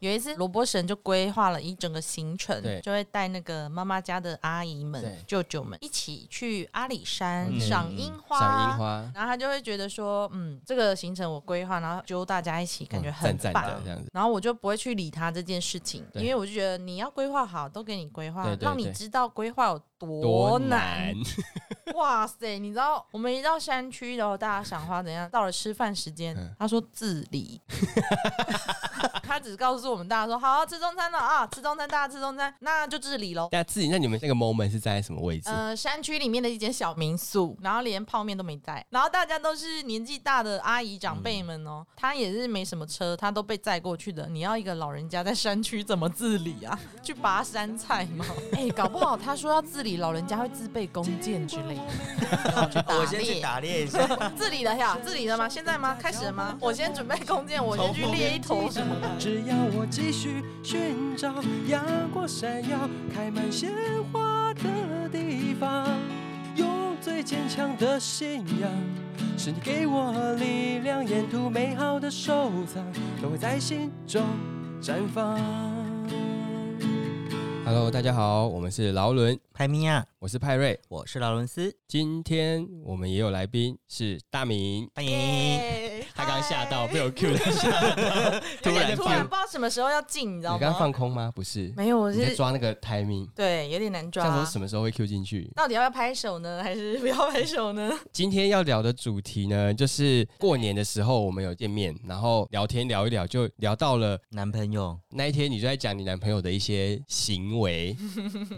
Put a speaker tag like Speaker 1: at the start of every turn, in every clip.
Speaker 1: 有一次，罗伯神就规划了一整个行程
Speaker 2: 对，
Speaker 1: 就会带那个妈妈家的阿姨
Speaker 2: 对
Speaker 1: 们、舅舅们一起去阿里山
Speaker 2: 嗯
Speaker 1: 赏樱花。
Speaker 2: 赏樱花，
Speaker 1: 然后他就会觉得说，嗯，这个行程我规划，然后揪大家一起，感
Speaker 3: 哦
Speaker 1: 觉很
Speaker 2: 嗯赞
Speaker 1: 棒。
Speaker 2: 赞的这样子。
Speaker 1: 然后我就不会去理他这件事情，
Speaker 2: 对
Speaker 1: 因为我就觉得你要规划好，都给你规划，
Speaker 2: 对对
Speaker 1: 让你
Speaker 2: 对
Speaker 1: 知道规划有
Speaker 2: 多
Speaker 1: 多
Speaker 2: 难！
Speaker 1: 哇塞，你知道我们一到山区，然后大家赏花怎样？到了吃饭时间，
Speaker 2: 嗯
Speaker 1: 他说自理，他只告诉我们大家说好吃中餐了啊，吃中餐，大家吃中餐，那就自理喽。
Speaker 2: 大家自己，那你们那个 moment 是在什么位置？
Speaker 1: 呃，山区里面的一间小民宿，然后连泡面都没带，然后大家都是年纪大的阿姨长辈们哦，他也是没什么车，他都被载过去的。你要一个老人家在山区怎么自理啊？ 去拔山菜吗？ 哎、搞不好他说要自理，老人家会自备弓箭之类的，然 后去打
Speaker 4: 我先去
Speaker 1: 猎。
Speaker 4: 打猎一下，
Speaker 1: 自理了呀，自理了吗？现在吗？开始了 吗？我先准备弓箭，我先去猎一头什么的。
Speaker 3: 只要我继续寻找阳光闪耀、开满鲜花的地方，用最坚强的信仰，是你给我力量，沿途美好的收藏都会在心中绽放。
Speaker 2: Hello，大家好，我们是劳伦，
Speaker 4: 派米亚，
Speaker 2: 我是派瑞。
Speaker 4: 我是劳伦斯，
Speaker 2: 今天我们也有来宾是大明，
Speaker 4: 欢迎。
Speaker 2: 他刚吓到
Speaker 1: 嗨
Speaker 2: 被我 Q 到吓到，突
Speaker 1: 有点
Speaker 2: 然
Speaker 1: 哎突然
Speaker 2: Q。
Speaker 1: 不知道什么时候要进，你知道
Speaker 2: 你刚
Speaker 1: 吗？
Speaker 2: 放空吗？不是，
Speaker 1: 没有，我
Speaker 2: 你在
Speaker 1: 是
Speaker 2: 抓那个 timing，
Speaker 1: 对，有点难抓。
Speaker 2: 像说什么时候会 Q 进去？
Speaker 1: 到底要不要拍手呢？ 还是不要拍手呢？
Speaker 2: 今天要聊的主题呢，就是过年的时候我们有见面，然后聊天聊一聊，就聊到了
Speaker 4: 男朋友，
Speaker 2: 那一天你就在讲你男朋友的一些行 为，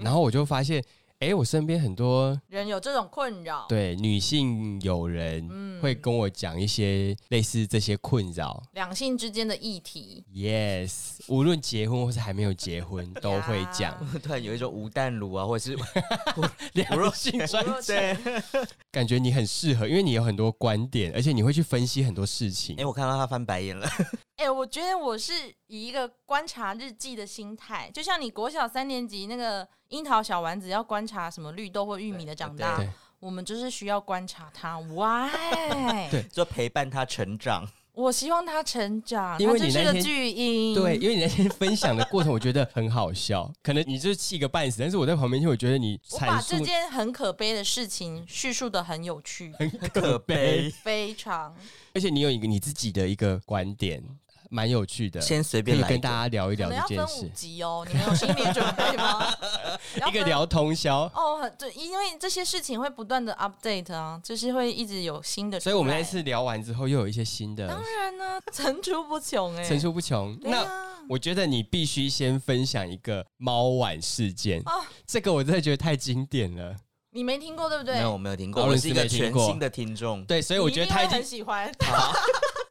Speaker 2: 然后我就发现，哎、我身边很多
Speaker 1: 人有这种困扰，
Speaker 2: 对女性友人
Speaker 1: 哦嗯
Speaker 2: 会跟我讲一些类似这些困扰。
Speaker 1: 两性之间的议题
Speaker 2: Yes，无论结婚或是还没有 结婚都会讲
Speaker 1: 呀。
Speaker 4: 突然有一种无蛋乳啊， 或者是
Speaker 2: 两性专
Speaker 1: 我
Speaker 4: 对，
Speaker 2: 感觉你很适合，因为你有很多观点，而且你会去分析很多事情
Speaker 4: 哎，。我看到他翻白眼了，
Speaker 1: 哎、我觉得我是以一个观察日记的心态，就像你国小三年级那个樱桃小丸子要观察什么绿豆或玉米的长大
Speaker 2: 对对，
Speaker 1: 我们就是需要观察它。Why？
Speaker 2: 对
Speaker 4: 就陪伴他成长。
Speaker 1: 我希望它成长，
Speaker 2: 因为
Speaker 1: 它就
Speaker 2: 你
Speaker 1: 是
Speaker 2: 那
Speaker 1: 个
Speaker 2: 天
Speaker 1: 巨婴。
Speaker 2: 对，，因为你那天分享的过程，我觉得很 好笑。可能你就是气个半死，但是我在旁边听，我觉得你
Speaker 1: 我把
Speaker 2: 阐
Speaker 1: 这
Speaker 2: 述
Speaker 1: 件很可悲的事情叙述的很有 趣，
Speaker 2: 很
Speaker 4: 可
Speaker 2: 可
Speaker 4: 悲
Speaker 2: 悲，
Speaker 1: 非常。
Speaker 2: 而且你有一个你自己的一个观点，蛮有趣的。
Speaker 4: 先随
Speaker 2: 可
Speaker 4: 便
Speaker 2: 以
Speaker 4: 来一
Speaker 2: 跟
Speaker 4: 个
Speaker 2: 大家聊一
Speaker 1: 可
Speaker 2: 聊
Speaker 1: 能
Speaker 2: 这
Speaker 1: 要
Speaker 2: 件
Speaker 1: 分
Speaker 2: 事
Speaker 1: 五，集哦，你们有心理准备吗？ 要
Speaker 2: 一个
Speaker 1: 分
Speaker 2: 聊通宵。
Speaker 1: 哦，很对，因为这些事情会不断的 update 啊，就是会一直有新的出来。
Speaker 2: 所以我们那次聊完之后，又有一些新的
Speaker 1: 当然呢、层出不穷哎、
Speaker 2: 层出不穷。
Speaker 1: 对
Speaker 2: 那
Speaker 1: 啊，
Speaker 2: 我觉得你必须先分享一个猫碗事件，
Speaker 1: 哦
Speaker 2: 这个我真的觉得太经典了。
Speaker 1: 你没听过对不对？
Speaker 4: 没有，我没有听过，
Speaker 2: 劳
Speaker 4: 我
Speaker 2: 伦
Speaker 4: 是
Speaker 2: 斯
Speaker 4: 一个
Speaker 2: 没听
Speaker 4: 全
Speaker 2: 过
Speaker 4: 新的听 众。
Speaker 2: 对，所以我觉得
Speaker 1: 他
Speaker 2: 他已经
Speaker 1: 很。喜欢。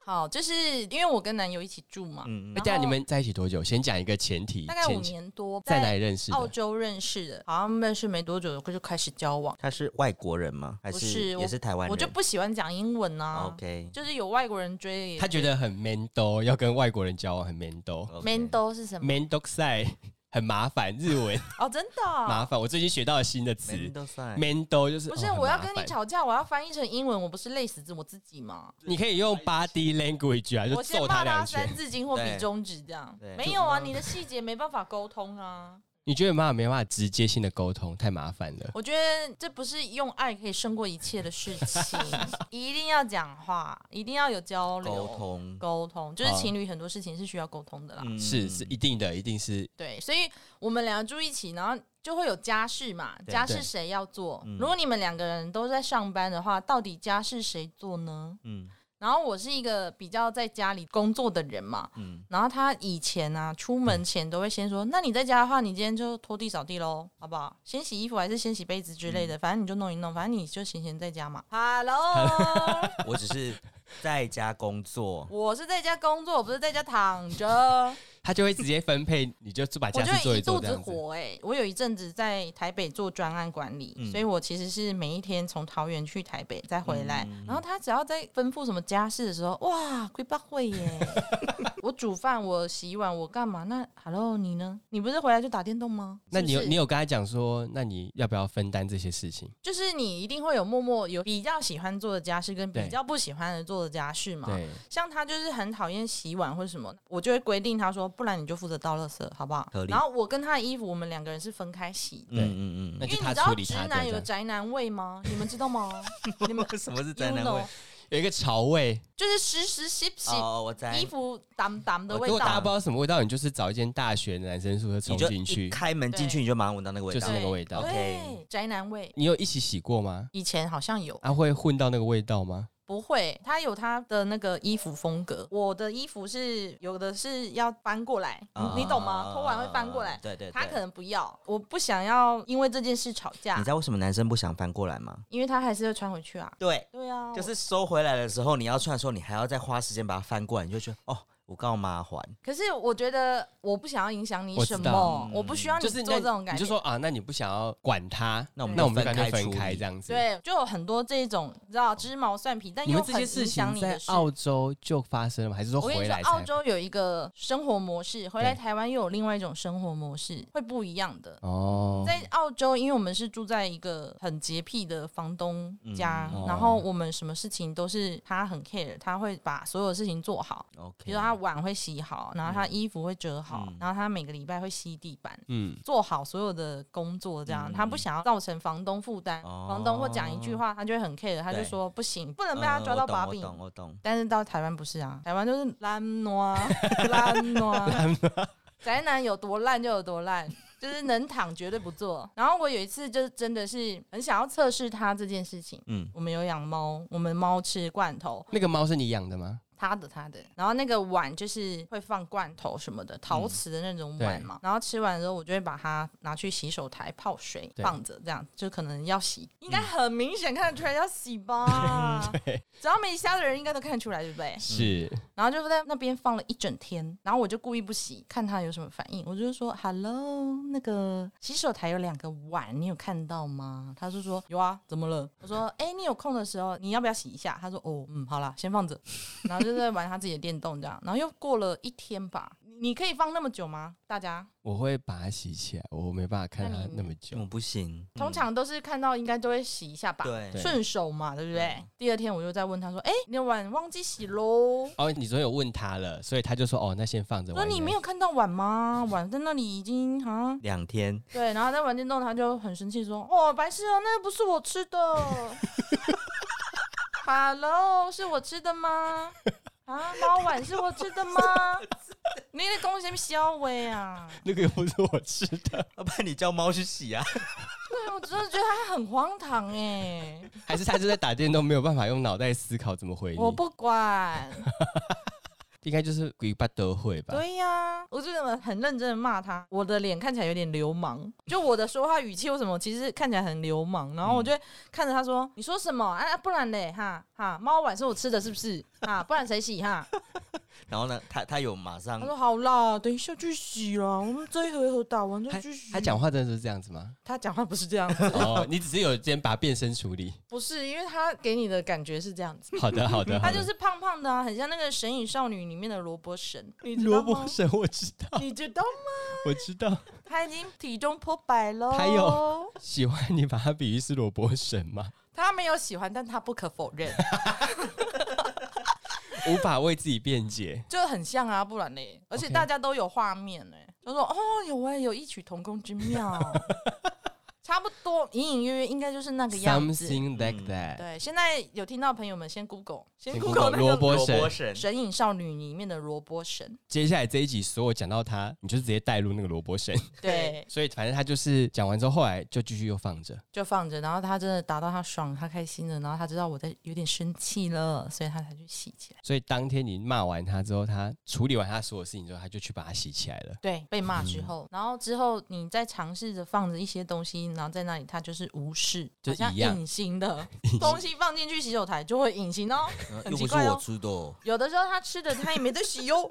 Speaker 1: 好，就是因为我跟男友一起住嘛，
Speaker 4: 嗯，
Speaker 2: 那这样你们哎在一起多久？先讲一个前提，
Speaker 1: 哦大概五
Speaker 2: 前提
Speaker 1: 年多，
Speaker 2: 在哪里认识的？
Speaker 1: 澳洲认识的，好像认识没多久就开始交往。
Speaker 4: 他是外国人吗？还
Speaker 1: 不是我
Speaker 4: 也是台湾人？
Speaker 1: 我就不喜欢讲英文啊
Speaker 4: OK，
Speaker 1: 就是有外国人追也
Speaker 2: 他觉得很 man 都要跟外国人交往很 man 都
Speaker 1: man 都是什么？
Speaker 2: man 都赛 很麻烦，日文
Speaker 1: 哦，真的哦、
Speaker 2: 麻烦。我最近学到了新的词
Speaker 4: man 都算。
Speaker 2: man 都就是
Speaker 1: 不是，
Speaker 2: 哦很
Speaker 1: 我要
Speaker 2: 麻
Speaker 1: 跟你
Speaker 2: 烦
Speaker 1: 吵架，我要翻译成英文，我不是累死我自己吗？
Speaker 2: 你可以用 body language 啊，就
Speaker 1: 我先
Speaker 2: 揍
Speaker 1: 骂
Speaker 2: 两
Speaker 1: 他
Speaker 2: 拳
Speaker 1: 三。字经或
Speaker 4: 对
Speaker 1: 比中指这样
Speaker 4: 对，
Speaker 1: 没有啊，你的细节没办法沟通啊。
Speaker 2: 你觉得妈妈没办法直接性的沟通，太麻烦了。
Speaker 1: 我觉得这不是用爱可以胜过一切的事情，一定要讲话，一定要有交流
Speaker 4: 沟通
Speaker 1: 沟通啊就是
Speaker 2: 好
Speaker 1: 情侣很多事情是需要沟通的啦。
Speaker 4: 嗯
Speaker 2: 是是一定的，一定是
Speaker 1: 对，所以我们两个住一起，然后就会有家事嘛，
Speaker 4: 对
Speaker 1: 家
Speaker 2: 对
Speaker 1: 事谁要做
Speaker 4: 嗯？
Speaker 1: 如果你们两个人都在上班的话，到底家事谁做呢？
Speaker 4: 嗯
Speaker 1: 然后我是一个比较在家里工作的人嘛，
Speaker 4: 嗯，
Speaker 1: 然后他以前啊，出门前都会先说：“那你在家的话，你今天就拖地扫地喽，好不好？先洗衣服还是先洗杯子之类的，反正你就弄一弄，反正你就闲闲在家嘛。”Hello，
Speaker 4: 我只是在家工作，
Speaker 1: 我是在家工作，我不是在家躺着，
Speaker 2: 他就会直接分配，你就把
Speaker 1: 我
Speaker 2: 家
Speaker 1: 就
Speaker 2: 事做
Speaker 1: 一
Speaker 2: 做
Speaker 1: 肚
Speaker 2: 这
Speaker 1: 子
Speaker 2: 样子。
Speaker 1: 火哎、我有一阵子在台北做专案管理，
Speaker 4: 嗯
Speaker 1: 所以我其实是每一天从桃园去台北
Speaker 2: 嗯
Speaker 1: 再回来。然后他只要在吩咐什么家事的时候，哇，龟巴会耶！我煮饭，我洗碗，我干嘛？那 Hello，你呢？你不是回来就打电动吗？
Speaker 2: 那你有
Speaker 1: 是不是
Speaker 2: 你有跟他讲说，那你要不要分担这些事情？
Speaker 1: 就是你一定会有默默有比较喜欢做的家事跟比
Speaker 2: 对
Speaker 1: 较不喜欢的做的家事嘛。
Speaker 2: 对，
Speaker 1: 像他就是很讨厌洗碗或什么，我就会规定他说，不然你就负责倒垃圾，好不好
Speaker 4: 合？理
Speaker 1: 然后我跟他的衣服，我们两个人是分开洗的。
Speaker 4: 嗯嗯嗯
Speaker 2: 那
Speaker 1: 因为
Speaker 2: 就
Speaker 1: 你
Speaker 2: 他
Speaker 1: 知道
Speaker 2: 处理
Speaker 1: 直
Speaker 2: 他的
Speaker 1: 男
Speaker 2: 这
Speaker 1: 有
Speaker 2: 样。
Speaker 1: 宅男味吗？你们知道 吗？你们
Speaker 4: 嗯，什么是
Speaker 1: you
Speaker 4: 宅男
Speaker 1: know，
Speaker 4: 味？
Speaker 2: 有一个潮味，
Speaker 1: 就是时时洗洗
Speaker 4: 哦，我在
Speaker 1: 衣服挡挡的
Speaker 2: 如
Speaker 1: 味
Speaker 2: 果大家
Speaker 1: 道
Speaker 2: 不知。道什么味道，你就是找一间大学的男生宿舍
Speaker 4: 你
Speaker 2: 冲
Speaker 4: 就
Speaker 2: 进
Speaker 4: 一
Speaker 2: 去。
Speaker 4: 开门进去，
Speaker 1: 对
Speaker 4: 你就马上闻到那个味
Speaker 2: 就
Speaker 4: 道
Speaker 2: 是。那个味道
Speaker 1: 对
Speaker 4: OK
Speaker 1: 宅男味。
Speaker 2: 你有一起洗过吗？
Speaker 1: 以前好像有，
Speaker 2: 啊，会混到那个味道吗？
Speaker 1: 不会，他有他的那个衣服风格。我的衣服是有的是要翻过来，
Speaker 4: 啊
Speaker 1: 你你懂吗？脱完会翻过来，
Speaker 4: 对对，对
Speaker 1: 他可能不要，我不想要因为这件事吵
Speaker 4: 你
Speaker 1: 架
Speaker 4: 知，道为什么男生不想翻过来吗？
Speaker 1: 因为他还是会穿回去啊。
Speaker 4: 对，
Speaker 1: 对啊，
Speaker 4: 就
Speaker 1: 我
Speaker 4: 是收回来的时候，你要穿的时候，你还要再花时间把它翻过来，你就觉得哦，我告妈还。
Speaker 1: 可是我觉得我不想要影响你
Speaker 2: 我知
Speaker 1: 什
Speaker 2: 道
Speaker 1: 么，
Speaker 4: 嗯
Speaker 1: 我不需要你
Speaker 2: 就是
Speaker 1: 做
Speaker 2: 那
Speaker 1: 这种感
Speaker 2: 你
Speaker 1: 觉
Speaker 2: 就。说啊，那你不想要管他，
Speaker 4: 那我们
Speaker 2: 那我们就
Speaker 4: 分
Speaker 2: 干脆
Speaker 4: 开
Speaker 2: 分
Speaker 4: 处
Speaker 2: 开
Speaker 4: 理
Speaker 2: 这样子。，
Speaker 1: 对，就有很多这种，你知道芝麻蒜皮，但
Speaker 2: 你
Speaker 1: 又
Speaker 2: 们这
Speaker 1: 很
Speaker 2: 些
Speaker 1: 影
Speaker 2: 事
Speaker 1: 响
Speaker 2: 情
Speaker 1: 你
Speaker 2: 在
Speaker 1: 的事。
Speaker 2: 澳洲就发生了吗？还是说
Speaker 1: 我跟你
Speaker 2: 回
Speaker 1: 说
Speaker 2: 来，才？
Speaker 1: 澳洲有一个生活模式，回来
Speaker 2: 对
Speaker 1: 台湾又有另外一种生活模式，会不一样的。
Speaker 2: 哦，
Speaker 1: 在澳洲，因为我们是住在一个很洁癖的房东家，
Speaker 2: 嗯哦
Speaker 1: 然后我们什么事情都是他很 care，他会把所有事情做好。
Speaker 4: OK，
Speaker 1: 比如说他碗会洗好，然后他衣服会折好，
Speaker 4: 嗯
Speaker 1: 然后他每个礼拜会吸地板，
Speaker 2: 嗯，
Speaker 1: 做好所有的工作，这样、
Speaker 4: 嗯
Speaker 1: 他不想要造成房东负担。
Speaker 4: 哦
Speaker 1: 房东或讲一句话，他就会很 care，他就
Speaker 4: 对
Speaker 1: 说不行，不能被他抓到把柄。
Speaker 4: 嗯我懂，我懂，
Speaker 1: 但是到台湾不是啊，台湾就是烂挪烂 挪，宅男有多烂就有多烂， 就是能躺绝对不做。然后我有一次就是真的是很想要测试他这件事情。
Speaker 4: 嗯，
Speaker 1: 我们有养猫，我们猫吃罐头，
Speaker 2: 那个猫是你养的吗？
Speaker 1: 他的他的，然后那个碗就是会放罐头什么的，陶瓷的那种碗嘛。
Speaker 2: 嗯
Speaker 1: 然后吃完之后，我就会把它拿去洗手台泡水
Speaker 2: 对嗯
Speaker 1: 放着，这样就可能要洗，应该很明显看得出来要洗吧？
Speaker 2: 对，
Speaker 1: 只要没瞎的人应该都看得出来，对不对？
Speaker 2: 是，
Speaker 1: 然后就在那边放了一整天，然后我就故意不洗，看他有什么反应。我就说：“Hello，那个洗手台有两个碗，你有看到吗？”他就说：“有啊，怎么了？”我说：“哎、你有空的时候，你要不要洗一下？”他说：“哦，嗯，好啦，先放着。” 然后就在玩他自己的电动这样。然后又过了一天吧，你你可以放那么久吗？大家
Speaker 2: 我会把它洗起来，我没办法看
Speaker 1: 那
Speaker 2: 它
Speaker 1: 你
Speaker 2: 那么久
Speaker 4: 我。不行，
Speaker 1: 通常都是看到应该都会洗一下吧，
Speaker 4: 嗯对
Speaker 2: 对
Speaker 1: 顺手嘛，对不对？
Speaker 4: 嗯
Speaker 1: 第二天我又再问他说：“哎、你的碗忘记洗喽。”
Speaker 2: 哦，你昨天有问他了，所以他就说哦，那先放着。
Speaker 1: 说
Speaker 2: 晚一
Speaker 1: 你
Speaker 2: 点
Speaker 1: 没有看到碗吗？碗在那里已经啊，
Speaker 4: 两天，
Speaker 1: 对，然后在玩电动，他就很生气说：“哦，白痴哦，那个不是我吃 的。Hello，是我吃的吗？啊，猫碗是我吃的吗？你的东西小尾啊！
Speaker 2: 那个又不是我吃 的，
Speaker 4: 要不然你叫猫去洗啊？
Speaker 1: 对，我真的觉得他很荒唐哎、
Speaker 2: 还是他就在打电动，没有办法用脑袋思考怎么回你？
Speaker 1: 我不管。
Speaker 2: 应该就是鬼巴都会吧？
Speaker 1: 对呀、我就很认真的骂他，我的脸看起来有点流氓，就我的说话语气为什么其实看起来很流氓，然后我就
Speaker 2: 嗯
Speaker 1: 会看着他说：“你说什么啊？啊不然嘞，哈哈，猫碗是我吃的，是不是？ 啊，
Speaker 2: 嗯
Speaker 1: 不然谁洗哈？”
Speaker 4: 然后呢，他他有马上
Speaker 1: 他说好啦，等一下去洗啦，我们这一回合打完再
Speaker 2: 他
Speaker 1: 去洗。
Speaker 2: 他讲话真的是这样子 吗？
Speaker 1: 他讲话不是这样 子，
Speaker 2: 哦，你只是有先把它变身处理。
Speaker 1: 不是因为他给你的感觉是这样子，
Speaker 2: 好的，好的，
Speaker 1: 他
Speaker 2: 好
Speaker 1: 就
Speaker 2: 的。
Speaker 1: 是胖胖的啊，很像那个《神隐少女》里面的萝卜神，你知道
Speaker 2: 萝
Speaker 1: 吗
Speaker 2: 卜，神，我知道，
Speaker 1: 你知道吗？
Speaker 2: 我知 道。
Speaker 1: 他已经体重破百了，
Speaker 2: 他有喜欢你把它比喻是萝卜神吗？
Speaker 1: 他没有喜欢，但他不可否 认，
Speaker 2: 无法为自己辩解。
Speaker 1: 就很像啊，不然嘞，而且
Speaker 2: OK
Speaker 1: 大家都有画面嘞、就说哦，有哎、有异曲同工之 妙，差不多，隐隐约约应该就是那个样子。嗯
Speaker 2: Something like that。
Speaker 1: 对，现在有听到朋友们先 Google，先
Speaker 2: 先
Speaker 1: Google 那
Speaker 2: Google
Speaker 1: 个
Speaker 2: 萝
Speaker 1: 《
Speaker 2: 卜神
Speaker 4: 神
Speaker 1: 神隐少女》里面的萝卜神，
Speaker 2: 接下来这一集所有讲到他，你就直接带入那个萝卜神。
Speaker 1: 对，
Speaker 2: 所以反正他就是讲完之后，后来就继续又放着。
Speaker 1: 就放着，然后他真的达到他爽，他开心了，然后他知道我在有点生气了，所以他才去洗起来。
Speaker 2: 所以当天你骂完他之后，他处理完他所有事情之后，他就去把它洗起来了。
Speaker 1: 对，被骂之后，然后之后你再尝试着放着一些东西，然后在那里它就是无视，
Speaker 2: 就
Speaker 1: 好像
Speaker 2: 一样
Speaker 1: 隐形的东西放进去洗手台就会隐形哦。
Speaker 4: 嗯
Speaker 1: 很
Speaker 4: 又
Speaker 1: 奇
Speaker 4: 不是
Speaker 1: 怪
Speaker 4: 我
Speaker 1: 哦。
Speaker 4: 出的哦，
Speaker 1: 有的时候它吃的它也没得洗哦，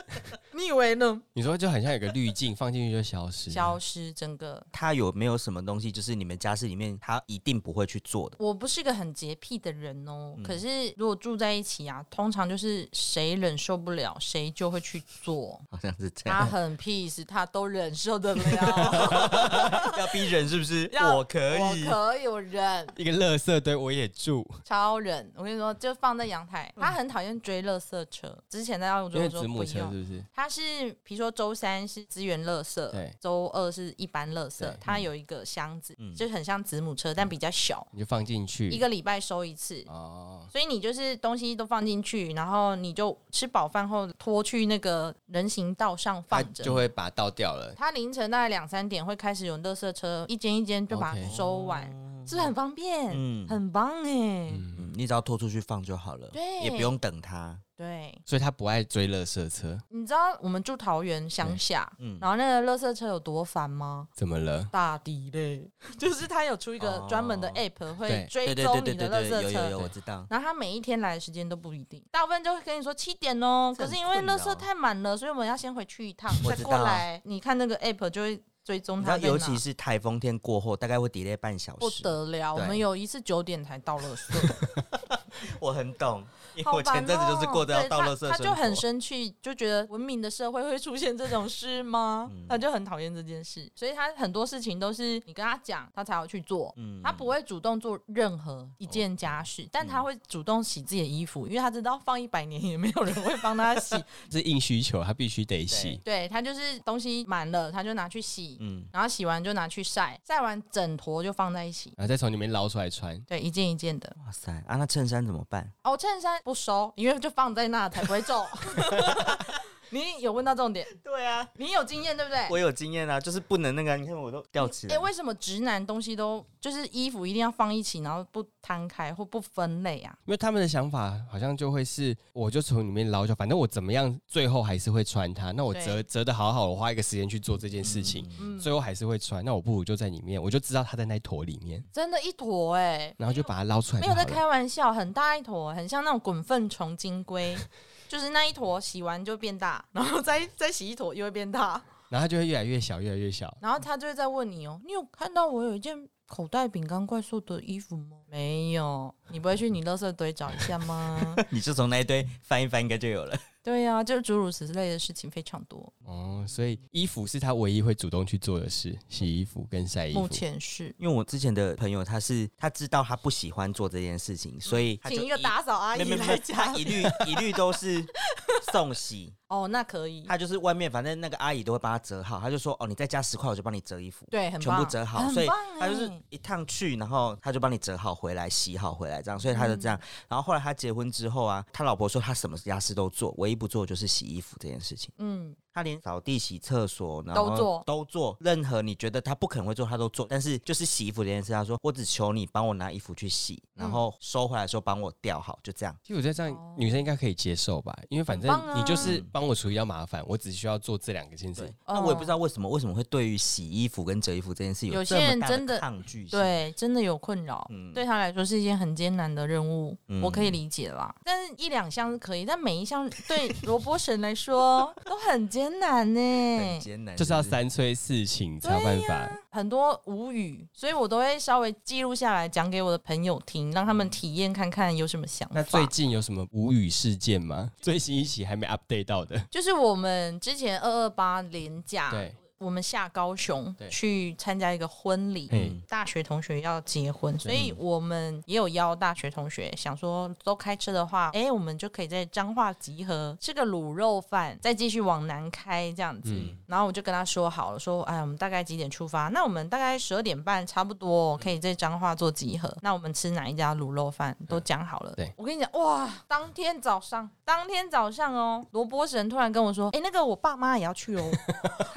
Speaker 1: 你以为呢？
Speaker 2: 你说就很像有个滤镜放进去就消失，
Speaker 1: 消失整个。
Speaker 4: 它有没有什么东西，就是你们家室里面它一定不会去做的？
Speaker 1: 我不是个很洁癖的人哦，可是如果住在一起啊，通常就是谁忍受不了，谁就会去做。
Speaker 4: 好像是这
Speaker 1: 他
Speaker 4: 样，
Speaker 1: 很 peace，他都忍受得了。
Speaker 4: 要逼人是不是？
Speaker 1: 要
Speaker 4: 我可
Speaker 1: 我
Speaker 4: 以，
Speaker 1: 可以，我忍，
Speaker 2: 一个垃圾堆我也住，
Speaker 1: 超忍。我跟你说，就放在阳台。他很讨厌追垃圾车，之前在澳洲
Speaker 2: 嗯因为
Speaker 1: 的时候
Speaker 2: 子母
Speaker 1: 不
Speaker 2: 车
Speaker 1: 用。
Speaker 2: 是不是？
Speaker 1: 他是比如说周三是资源垃圾
Speaker 2: 对，
Speaker 1: 周二是一般垃圾
Speaker 2: 对，嗯
Speaker 1: 它有一个箱子，
Speaker 4: 嗯
Speaker 1: 就很像子母车，但比较小，
Speaker 2: 你就放进去
Speaker 1: 一个礼拜收一次。
Speaker 2: 嗯哦，
Speaker 1: 所以你就是东西都放进去，然后你就吃饱饭后拖去那个人行道上
Speaker 2: 它
Speaker 1: 放着，
Speaker 2: 就会把它倒掉了。
Speaker 1: 他凌晨大概两三点会开始有垃圾车一间一间就把它
Speaker 2: OK 哦
Speaker 1: 收完，是不是很方便，
Speaker 4: 嗯
Speaker 1: 很棒哎、
Speaker 4: 嗯，你只要拖出去放就好了，
Speaker 1: 对
Speaker 4: 也不用等它。
Speaker 1: 对，
Speaker 2: 所以他不爱追垃圾车，
Speaker 1: 你知道我们住桃园乡下，
Speaker 4: 嗯
Speaker 1: 然后那个垃圾车有多烦吗？
Speaker 2: 怎么了？
Speaker 1: 大地嘞， 就是他有出一个
Speaker 4: 哦
Speaker 1: 专门的 app 会
Speaker 2: 对
Speaker 1: 追
Speaker 4: 对对
Speaker 1: 踪
Speaker 4: 对
Speaker 1: 你
Speaker 4: 对
Speaker 1: 的
Speaker 4: 对
Speaker 1: 垃
Speaker 4: 对，有
Speaker 1: 圾
Speaker 4: 有有，
Speaker 1: 车。
Speaker 4: 我知道。
Speaker 1: 然后他每一天来的时间都不一定，大部分就会跟你说七点哦。
Speaker 4: 这
Speaker 1: 可
Speaker 4: 很
Speaker 1: 是因为
Speaker 4: 困扰
Speaker 1: 垃圾太满了，所以我们要先回去一趟，
Speaker 4: 我
Speaker 1: 再
Speaker 4: 知道
Speaker 1: 过来。你看那个 app 就会追踪
Speaker 4: 你知
Speaker 1: 它
Speaker 4: 道，
Speaker 1: 嗯在哪，
Speaker 4: 尤其是台风天过后，大概会 delay 半小
Speaker 1: 不
Speaker 4: 时。
Speaker 1: 得了。我
Speaker 4: 对
Speaker 1: 们有一次九点才到垃 圾，
Speaker 4: 我很懂，因为
Speaker 1: 好
Speaker 4: 我
Speaker 1: 烦
Speaker 4: 前阵子就是
Speaker 1: 哦
Speaker 4: 过着要
Speaker 1: 对
Speaker 4: 倒
Speaker 1: 他
Speaker 4: 垃圾生活
Speaker 1: 他就很生气，就觉得文明的社会会出现这种事吗？
Speaker 4: 嗯
Speaker 1: 他就很讨厌这件事，所以他很多事情都是你跟他讲，他才要去做。
Speaker 4: 嗯哦
Speaker 1: 他不会主动做任何一件家事，但他会主动洗自己的衣服，因为他知道放一百年也没有人会帮他 洗。
Speaker 2: 是硬需求，他必须得洗。
Speaker 1: 对他就是东西满了，他就拿去洗，
Speaker 4: 嗯，
Speaker 1: 然后洗完就拿去晒，晒完整坨就放在一起。
Speaker 2: 然后再从里面捞出来穿，
Speaker 1: 对，一件一件的。
Speaker 4: 哇塞啊，那衬衫怎么办？
Speaker 1: 哦，衬衫不收，因为就放在那才不会皱。 你有问到重点，
Speaker 4: 对啊，
Speaker 1: 你有经验对不对？
Speaker 4: 我有经验啊，就是不能那个，你看我都吊起
Speaker 1: 哎、
Speaker 4: 来。
Speaker 1: 为什么直男东西都就是衣服一定要放一起，然后不摊开或不分类啊？
Speaker 2: 因为他们的想法好像就会是，我就从里面捞就，反正我怎么样，最后还是会穿它。那我
Speaker 1: 对
Speaker 2: 折折的好好，我花一个时间去做这件事情，
Speaker 1: 嗯，
Speaker 2: 最后还是会穿。那我不如就在里面，我就知道它在那一坨里面，
Speaker 1: 真的，一坨哎、
Speaker 2: 然后就把它捞出
Speaker 1: 嗯
Speaker 2: 来
Speaker 1: 没
Speaker 2: 就
Speaker 1: 有
Speaker 2: 好
Speaker 1: 在
Speaker 2: 了。
Speaker 1: 开玩笑，很大一坨，很像那种滚粪虫金龟， 就是那一坨洗完就变大，然后再再洗一坨又会变大，
Speaker 2: 然后它就会越来越小，越来越小。
Speaker 1: 然后他就会再问你哦，你有看到我有一件口袋饼干怪兽的衣服吗？没有，你不会去你垃圾堆找一下吗？
Speaker 4: 你就从那一堆翻一翻，应该就有了。
Speaker 1: 对呀、就诸如此类的事情非常多，
Speaker 2: 哦，所以衣服是他唯一会主动去做的事，洗衣服跟晒衣服。
Speaker 1: 目前是。
Speaker 4: 因为我之前的朋友，他是他知道他不喜欢做这件事情，所以他就
Speaker 1: 请一个打扫阿
Speaker 4: 没
Speaker 1: 姨
Speaker 4: 有没有没
Speaker 1: 来
Speaker 4: 有，他
Speaker 1: 家
Speaker 4: 一
Speaker 1: 里
Speaker 4: 律一律都是送洗，
Speaker 1: 哦，那可以，
Speaker 4: 他就是外面反正那个阿姨都会帮他折好，他就说哦，你再加十块，我就帮你折衣服，
Speaker 1: 对，很
Speaker 4: 全部
Speaker 1: 棒
Speaker 4: 折好，
Speaker 1: 很
Speaker 4: 所以
Speaker 1: 棒
Speaker 4: 他就是
Speaker 1: 欸
Speaker 4: 一趟去，然后他就帮你折好回来，洗好回来这样，所以他就这样。
Speaker 1: 嗯
Speaker 4: 然后后来他结婚之后啊，他老婆说他什么家事都做，唯一不做的就是洗衣服这件事情。
Speaker 1: 嗯，
Speaker 4: 他连扫地、洗厕所，然
Speaker 1: 都
Speaker 4: 后
Speaker 1: 做
Speaker 4: 都做，任何你觉得他不可能会做，他都做。但是就是洗衣服这件事，他说我只求你帮我拿衣服去洗，
Speaker 1: 嗯
Speaker 4: 然后收回来的时候帮我吊好，就这样。
Speaker 2: 其实我在这
Speaker 1: 哦
Speaker 2: 样，女生应该可以接受吧？因为反正
Speaker 1: 很棒啊
Speaker 2: 你就是帮我处理掉麻烦，我只需要做这两个件事
Speaker 4: 对。，那我也不知道为什么，为什么会对于洗衣服跟折衣服这件事
Speaker 1: 哦有
Speaker 4: 这
Speaker 1: 些人
Speaker 4: 么大
Speaker 1: 真的
Speaker 4: 抗拒性？
Speaker 1: 对，真的有困扰，
Speaker 4: 嗯
Speaker 1: 对他来说是一件很艰难的任务，
Speaker 4: 嗯
Speaker 1: 我可以理解啦。但是一两项是可以，但每一项对罗伯神来 说都很艰难呢、
Speaker 4: 很艰难，
Speaker 2: 就是要
Speaker 4: 不是
Speaker 2: 三催四请才有办法。
Speaker 1: 很多无语，所以我都会稍微记录下来，讲给我的朋友听，让他
Speaker 4: 嗯
Speaker 1: 们体验看看有什么想
Speaker 2: 那
Speaker 1: 法
Speaker 2: 最。近有什么无语事件吗？ 最新一期还没 update 到的。
Speaker 1: 就是我们之前二二八连
Speaker 4: 啊
Speaker 1: 假，
Speaker 2: 对，
Speaker 1: 我们下高雄
Speaker 2: 对
Speaker 1: 去参加一个婚礼，
Speaker 2: 嗯
Speaker 1: 大学同学要结婚，所以我们也有邀大学同学，想说都开车的话，
Speaker 2: 嗯
Speaker 1: 哎、我们就可以在彰化集合，吃个卤肉饭，再继续往南开这样子。
Speaker 2: 嗯
Speaker 1: 然后我就跟他说好了，说哎，我们大概几点出发？那我们大概十二点半差不多可以在彰化做集合。那我们吃哪一家卤肉饭都讲好了。
Speaker 2: 嗯对
Speaker 1: 我跟你讲，哇，当天早上，当天早上哦，罗波神突然啊跟我说，哎、那个我爸妈也要去哦。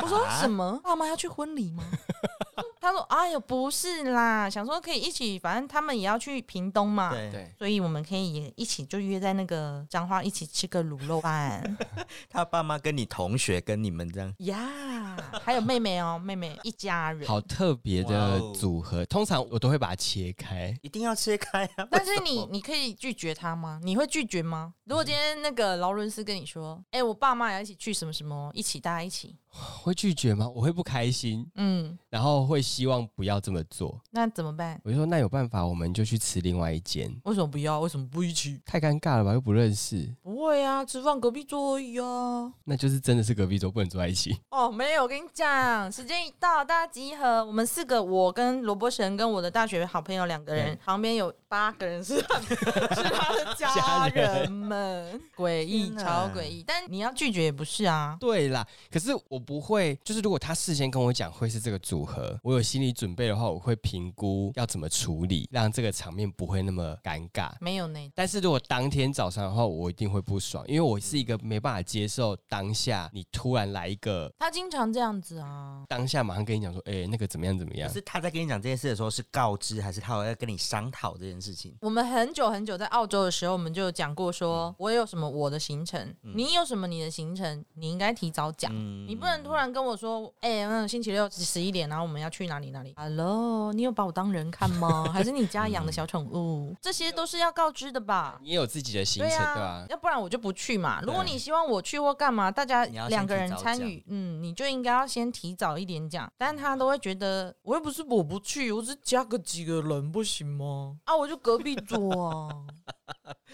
Speaker 1: 我说什么？爸妈要去婚礼吗？ 他说：“哎呦，不是啦，想说可以一起，反正他们也要去屏东嘛，
Speaker 4: 对，
Speaker 2: 对，
Speaker 1: 所以我们可以也一起就约在那个彰化一起吃个卤肉饭
Speaker 4: 他爸妈跟你同学跟你们这样，
Speaker 1: 呀。还有妹妹哦，妹妹一家人。
Speaker 2: 好特别的
Speaker 4: 哇哦
Speaker 2: 组合。通常我都会把它切开，
Speaker 4: 一定要切开啊！
Speaker 1: 但是你你可以拒绝他吗？你会拒绝吗？如果今天那个劳伦斯跟你说：‘哎、我爸妈也要一起去什么什么，一起大家一起。
Speaker 2: 会拒绝吗？我会不开心’，
Speaker 1: 嗯，
Speaker 2: 然后会希望不要这么做。
Speaker 1: 那怎么办？
Speaker 2: 我就说那有办法，我们就去吃另外一间。
Speaker 1: 为什么不要？为什么不一起？
Speaker 2: 太尴尬了吧，又不认识，
Speaker 1: 不会啊，吃饭隔壁桌而已啊。
Speaker 2: 那就是真的是隔壁桌不能坐在一起。
Speaker 1: 哦，没有，我跟你讲，时间一到，大家集合。我们四个，我跟罗伯神跟我的大学好朋友两个人，旁边有八个人是他 是他的家人们，诡异，
Speaker 4: 天哪
Speaker 1: 超诡异。但你要拒绝也不是啊，
Speaker 2: 对啦，可是我不会，就是如果他事先跟我讲会是这个组合，我有心理准备的话，我会评估要怎么处理，让这个场面不会那么尴尬。
Speaker 1: 没有呢。
Speaker 2: 但是如果当天早上的话，我一定会不爽，因为我是一个没办法接受当下你突然来一个，
Speaker 1: 他经常这样子啊，
Speaker 2: 当下马上跟你讲说，哎、那个怎么样怎么样
Speaker 4: 可，是他在跟你讲这件事的时候，是告知还是他有要跟你商讨这件事情？
Speaker 1: 我们很久很久在澳洲的时候，我们就有讲过说，我有什么我的行程，你有什么你的行程，你应该提早讲。
Speaker 4: 嗯
Speaker 1: 你不能突然跟我说，哎、那星期六十一点，然后我们要去哪里哪里？Hello，你有把我当人看 吗？还是你家养的小宠物？这些都是要告知的吧？
Speaker 2: 你也有自己的嗯行
Speaker 1: 对
Speaker 2: 程对吧、
Speaker 1: 啊，要不然我就不去嘛。如果你希望我去或干嘛，大家
Speaker 4: 你要先
Speaker 1: 两个人
Speaker 4: 提早
Speaker 1: 参与，嗯，你就应该要先提早一点讲。
Speaker 2: 嗯
Speaker 1: 但他都会觉得，我又不是我不去，我只加个几个人不行吗？啊，我就隔壁桌 啊。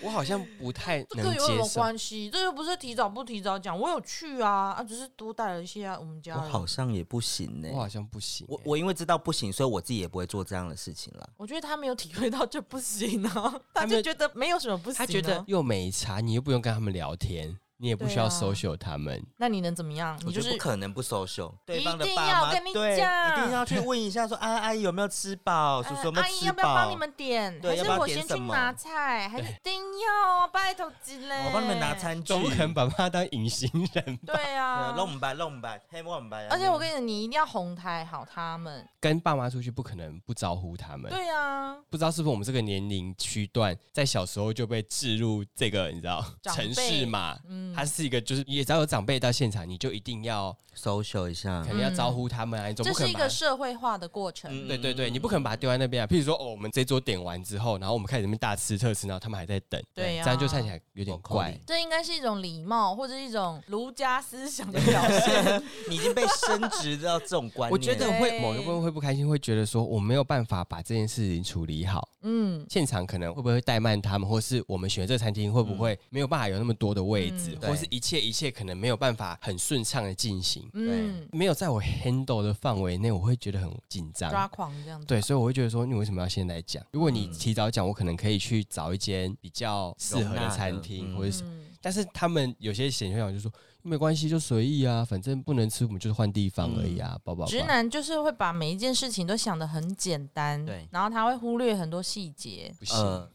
Speaker 2: 我好像不太
Speaker 1: 这
Speaker 2: 能
Speaker 1: 个有什
Speaker 2: 接
Speaker 1: 么
Speaker 2: 受。
Speaker 1: 关系？这又不是提早不提早讲，我有去啊，啊，只是多带了一些啊，我们家
Speaker 4: 我
Speaker 1: 人
Speaker 4: 好像也不行呢、
Speaker 2: 我好像不行、欸
Speaker 4: 我我因为知道不行，所以我自己也不会做这样的事情了。
Speaker 1: 我觉得他没有体会到这不行啊，他
Speaker 2: 他没
Speaker 1: 就
Speaker 2: 有
Speaker 1: 觉得没有什么不行、啊。
Speaker 2: 他觉得，又没差，你又不用跟他们聊天，你也不需要
Speaker 1: 对啊
Speaker 2: social 他们。
Speaker 1: 那你能怎么样？
Speaker 4: 我
Speaker 1: 你
Speaker 4: 觉
Speaker 1: 就
Speaker 4: 得不
Speaker 1: 是
Speaker 4: 可能不 social，对
Speaker 1: 一
Speaker 4: 方的
Speaker 1: 定
Speaker 4: 爸
Speaker 1: 要
Speaker 4: 妈
Speaker 1: 跟你
Speaker 4: 对，
Speaker 1: 讲
Speaker 4: 一定要去问一下说，啊，阿姨有没有吃饱，叔
Speaker 1: 呃
Speaker 4: 叔有没
Speaker 1: 阿
Speaker 4: 有
Speaker 1: 姨
Speaker 4: 吃
Speaker 1: 要不要
Speaker 4: 饱
Speaker 1: 帮你？们点？
Speaker 4: 对
Speaker 1: 还
Speaker 4: 要
Speaker 1: 是
Speaker 4: 不要
Speaker 1: 我
Speaker 4: 点
Speaker 1: 先
Speaker 4: 什
Speaker 1: 去拿
Speaker 4: 么
Speaker 1: 菜？还是一定要啊拜托之类？
Speaker 4: 我哦帮你们拿。
Speaker 1: 欸
Speaker 4: 餐具，
Speaker 2: 中肯把他当隐形人，
Speaker 1: 对啊，
Speaker 4: 弄我们吧，弄我们吧，嘿，我们吧。
Speaker 1: 而且我跟你讲，你一定要哄抬好他们。
Speaker 2: 跟爸妈出去不可能不招呼他们。
Speaker 1: 对啊，
Speaker 2: 不知道是不是我们这个年龄区段，在小时候就被置入这个你知道
Speaker 1: 长辈
Speaker 2: 城市嘛，
Speaker 1: 嗯，
Speaker 2: 它是一个就是也只要有长辈到现场，你就一定要
Speaker 4: social 一下
Speaker 2: 肯定要招呼他们啊，你总
Speaker 1: 这
Speaker 2: 不
Speaker 1: 是
Speaker 2: 可能
Speaker 1: 一
Speaker 2: 把它
Speaker 1: 个社会化的过程。
Speaker 4: 嗯
Speaker 2: 对对对，你不可能把它丢在那边啊。譬如说，哦，我们这桌点完之后，然后我们开始那边大吃特吃，然后他们还在等，
Speaker 1: 对啊
Speaker 2: 这样就看起来有点怪。
Speaker 1: 这应该是一种礼貌，或者是一种儒家思想的表现。
Speaker 4: 你已经被升职到这种观念了。
Speaker 2: 我觉得会
Speaker 1: 对
Speaker 2: 某一部分会不开心，会觉得说我没有办法把这件事情处理好，
Speaker 1: 嗯，
Speaker 2: 现场可能会不会怠慢他们，或是我们选这个餐厅会不会没有办法有那么多的位置
Speaker 1: 嗯，
Speaker 4: 对
Speaker 2: 或是一切一切可能没有办法很顺畅的进行，
Speaker 1: 嗯，
Speaker 2: 没有在我 handle 的范围内，我会觉得很紧
Speaker 1: 抓
Speaker 2: 张。
Speaker 1: 狂这样子。
Speaker 2: 对，所以我会觉得说，你为什么要现在讲？如果你
Speaker 4: 嗯
Speaker 2: 提早讲，我可能可以去找一间比较适合的餐
Speaker 4: 容纳
Speaker 2: 厅，
Speaker 4: 的
Speaker 2: 或者是……
Speaker 1: 嗯，
Speaker 2: 但是他们有些显学长就说没关系，就随意啊，反正不能吃，我们就是换地方而已啊，宝宝。
Speaker 1: 直男就是会把每一件事情都想得很简单，
Speaker 4: 对
Speaker 1: 然后他会忽略很多细节。
Speaker 2: 不行，
Speaker 4: 呃，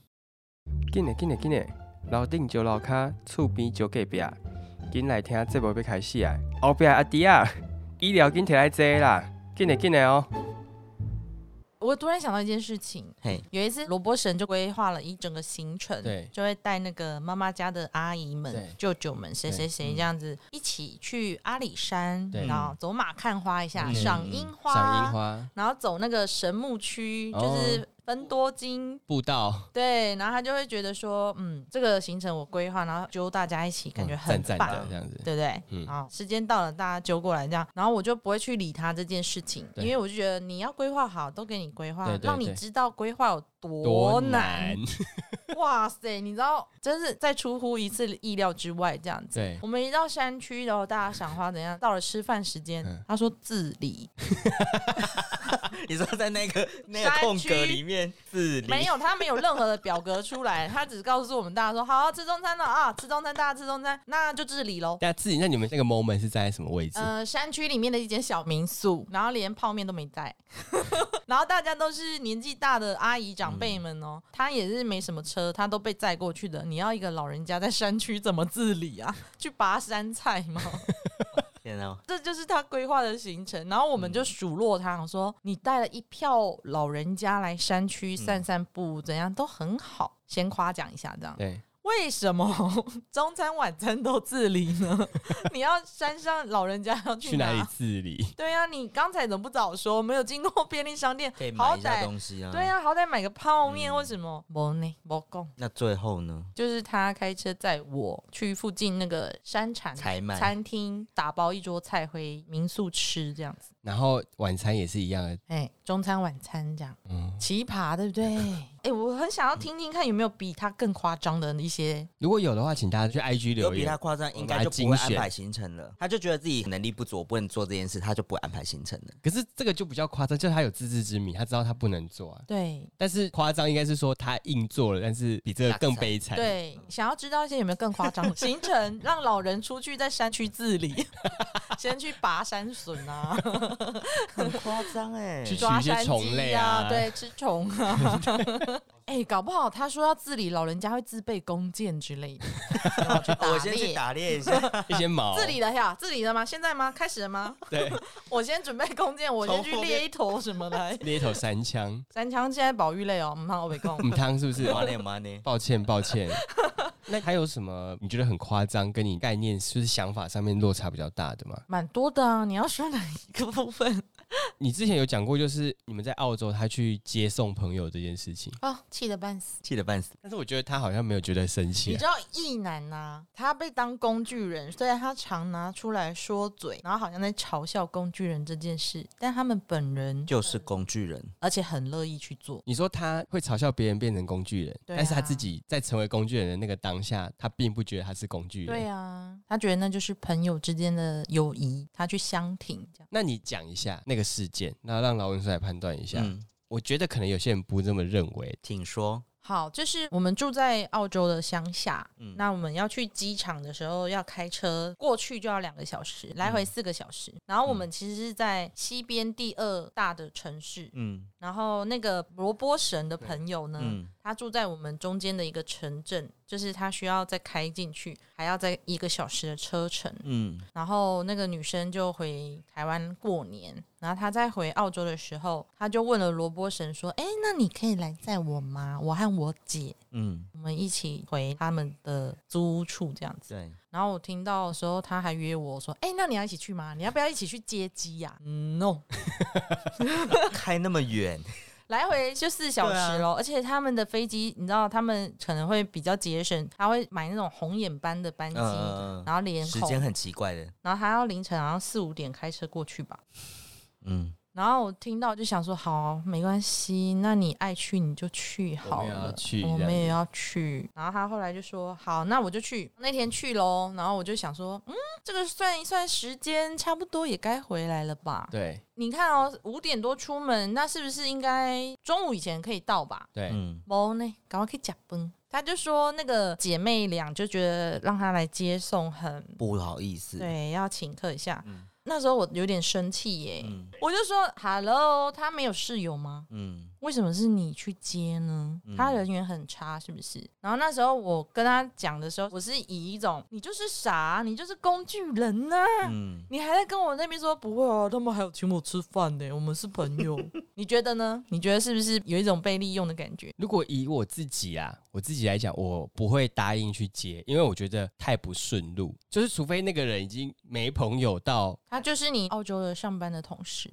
Speaker 3: 紧嘞紧嘞紧嘞，楼顶就楼骹，厝边就隔壁，紧来听节目要开始啊！后壁的阿弟啊，医疗紧摕来坐啦，紧嘞紧嘞哦。
Speaker 1: 我突然想到一件事情，
Speaker 4: 嘿，
Speaker 1: 有一次罗伯神就规划了一整个行程，
Speaker 2: 对
Speaker 1: 就会带那个妈妈家的阿姨们
Speaker 2: 对、
Speaker 1: 舅舅们谁谁
Speaker 2: 对嗯
Speaker 1: 谁这样子一起去阿里山，
Speaker 2: 对
Speaker 1: 然后走马看花一下，
Speaker 2: 嗯
Speaker 1: 赏樱花，
Speaker 2: 赏樱花哦
Speaker 1: 然后走那个神木区，就是分多金。
Speaker 2: 步道，
Speaker 1: 对，然后他就会觉得说，嗯，这个行程我规划，然后揪大家一起，感觉很
Speaker 2: 嗯赞赞
Speaker 1: 棒，
Speaker 2: 的这样子。
Speaker 1: 对不对？
Speaker 2: 嗯
Speaker 1: 好，时间到了，大家揪过来这样，然后我就不会去理他这件事情，
Speaker 2: 对
Speaker 1: 因为我就觉得你要规划好，都给你规划，
Speaker 2: 对对
Speaker 1: 让你
Speaker 2: 对
Speaker 1: 知道规划有多
Speaker 2: 多
Speaker 1: 难
Speaker 2: 难。，
Speaker 1: 哇塞，你知道，真是在出乎一次意料之外这样子。
Speaker 2: 对
Speaker 1: 我们一到山区，然后大家赏花，怎样？到了吃饭时间，
Speaker 2: 嗯
Speaker 1: 他说自理，
Speaker 4: 你说在那个那个
Speaker 1: 山
Speaker 4: 空
Speaker 1: 区
Speaker 4: 格里面自理，
Speaker 1: 没有，他没有任何的表格出来，他只告诉我们大家说，好吃中餐了啊，吃中餐，大家吃中餐，那就自理喽。
Speaker 2: 那自己，那你们那个 moment 是站在什么位置？
Speaker 1: 呃，山区里面的一间小民宿，然后连泡面都没带， 然后大家都是年纪大的阿姨长辈们哦，他也是没什么车，他都被载过 去的。你要一个老人家在山区怎么自理啊？去拔山菜吗？
Speaker 4: 天哪！
Speaker 1: 这就是他规划的行程。然后我们就数落他，我说你带了一票老人家来山区散散步，怎样都很好，先夸奖一下这样。
Speaker 2: 对，
Speaker 1: 为什么 中餐晚餐都自理呢？ 你要山上老人家要
Speaker 2: 去
Speaker 1: 去
Speaker 2: 哪
Speaker 1: 哪
Speaker 2: 里自理？
Speaker 1: 对呀、你刚才怎么不早说？没有经过 便利商店
Speaker 4: 可以，买
Speaker 1: 好
Speaker 4: 一下
Speaker 1: 歹
Speaker 4: 东西啊。嗯
Speaker 1: 对呀、好歹买个泡面或什么？没呢，没供。
Speaker 4: 那最后呢？
Speaker 1: 就是他开车载我去附近那个山产
Speaker 4: 采买
Speaker 1: 餐厅打包一桌菜回民宿吃，这样子。
Speaker 2: 然后晚餐也是一样的，
Speaker 1: 哎、中餐晚餐这样，
Speaker 2: 嗯。
Speaker 1: 奇葩对不 对？哎、我很想要听听看有没有比他更夸张的一 些。
Speaker 2: 如果有的话，请大家去 IG
Speaker 4: 有
Speaker 2: 留
Speaker 4: 比他
Speaker 2: 言。
Speaker 4: 夸张，应该就不会安排行程了。他就觉得自己能力不足，我不能做这件事，他就不会安排行程 了。
Speaker 2: 可是这个就比较夸张，就是他有自知之明，他知道他不能做啊。
Speaker 1: 对
Speaker 2: 但是夸张应该是说他硬做了，但是比这个更悲惨。，
Speaker 1: 对，想要知道一些有没有更夸张 的行程，让老人出去在山区自理，先去拔山笋啊，
Speaker 4: 很夸张哎
Speaker 2: 去
Speaker 1: 抓
Speaker 2: 取一些
Speaker 1: 山
Speaker 2: 虫
Speaker 1: 鸡
Speaker 2: 类
Speaker 1: 啊，
Speaker 2: 啊
Speaker 1: 对，吃虫啊。 哎、搞不好他说要自理，老人家会自备弓箭之类 的。然后去打
Speaker 4: 哦我先去
Speaker 1: 猎
Speaker 4: 打猎一下，
Speaker 2: 一些毛。
Speaker 1: 自理了呀，自理了吗？现在吗？开始了吗？
Speaker 2: 对，
Speaker 1: 我先准备弓箭，我先去猎一头什么的。
Speaker 2: 捏一头三枪，
Speaker 1: 三枪现在保育类哦，嗯，好，我没 空
Speaker 2: 我。们汤是不是？
Speaker 4: 完了完了。
Speaker 2: 抱歉，抱歉。 那还有什么你觉得很夸张，跟你概念就是想法上面落差比较大的吗？
Speaker 1: 蛮多的啊，你要说哪一个部分
Speaker 2: 你之前有讲过，就是你们在澳洲他去接送朋友这件事情，
Speaker 1: 啊？气得半死。
Speaker 4: 气得半死，
Speaker 2: 但是我觉得他好像没有觉得生气
Speaker 1: 你
Speaker 2: 啊、
Speaker 1: 知道意男呐、他被当工具人，虽然他常拿出来说嘴，然后好像在嘲笑工具人这件事，但他们本人就
Speaker 4: 就是工具人，
Speaker 1: 而且很乐意去做。
Speaker 2: 你说他会嘲笑别人变成工具人，
Speaker 1: 对啊
Speaker 2: 但是他自己在成为工具人的那个当下，他并不觉得他是工具人。
Speaker 1: 对啊，他觉得那就是朋友之间的友谊，他去相挺这样。
Speaker 2: 那你讲一下那个事件，那让劳文帅来判断一下。
Speaker 4: 嗯，
Speaker 2: 我觉得可能有些人不这么认为。
Speaker 4: 请说，
Speaker 1: 好，就是我们住在澳洲的乡下，
Speaker 4: 嗯
Speaker 1: 那我们要去机场的时候要开车过去就要两个小时，来
Speaker 4: 嗯
Speaker 1: 回四个小时。然后我们其实是在西边第二大的城市，
Speaker 4: 嗯
Speaker 1: 然后那个罗波神的朋友呢，
Speaker 4: 嗯，
Speaker 1: 他住在我们中间的一个城镇，就是他需要再开进去，还要再一个小时的车程。
Speaker 4: 嗯，
Speaker 1: 然后那个女生就回台湾过年，然后她在回澳洲的时候，她就问了罗波神说：“哎，那你可以来载我吗？我和我姐，
Speaker 4: 嗯，
Speaker 1: 我们一起回他们的租屋处这样子。”
Speaker 4: 对，
Speaker 1: 然后我听到的时候，他还约我说：“哎，那你要一起去吗？你要不要一起去接机呀、嗯 n o
Speaker 4: 开那么远，
Speaker 1: 来回就四小
Speaker 4: 啊
Speaker 1: 时咯，而且他们的飞机，你知道他们可能会比较节省，他会买那种红眼班的班机，
Speaker 4: 嗯嗯嗯
Speaker 1: 然后连
Speaker 4: 时间
Speaker 1: 红，
Speaker 4: 很奇怪的，
Speaker 1: 然后还要凌晨好像四五点开车过去吧。
Speaker 4: 嗯，
Speaker 1: 然后我听到就想说，好，没关系，那你爱去你就去好
Speaker 2: 我们也要
Speaker 1: 了，
Speaker 2: 去
Speaker 1: 我
Speaker 2: 这样
Speaker 1: 们也
Speaker 2: 子
Speaker 1: 要去。然后他后来就说，好，那我就去。那天去喽，然后我就想说，嗯，这个算一算时间，差不多也该回来了吧。
Speaker 2: 对
Speaker 1: 你看哦，五点多出门，那是不是应该中午以前可以到吧？
Speaker 2: 对，
Speaker 4: 嗯，
Speaker 1: 冇呢，赶快去假崩。他就说那个姐妹俩就觉得让他来接送很
Speaker 4: 不好意思，
Speaker 1: 对，要请客一下。
Speaker 4: 嗯
Speaker 1: 那时候我有点生气耶，
Speaker 4: 嗯
Speaker 1: 我就说 “hello”，他没有室友吗？
Speaker 4: 嗯
Speaker 1: 为什么是你去接呢？
Speaker 4: 嗯
Speaker 1: 他人缘很差，是不是？然后那时候我跟他讲的时候，我是以一种你就是傻，啊你就是工具人呐、
Speaker 4: 嗯，
Speaker 1: 你还在跟我那边说不会啊，他们还有请我吃饭呢，我们是朋 友。你觉得呢？你觉得是不是有一种被利用的感觉？
Speaker 2: 如果以我自己啊，我自己来讲，我不会答应去接，因为我觉得太不顺路。就是除非那个人已经没朋友到
Speaker 1: 他就是你澳洲的上班的同事，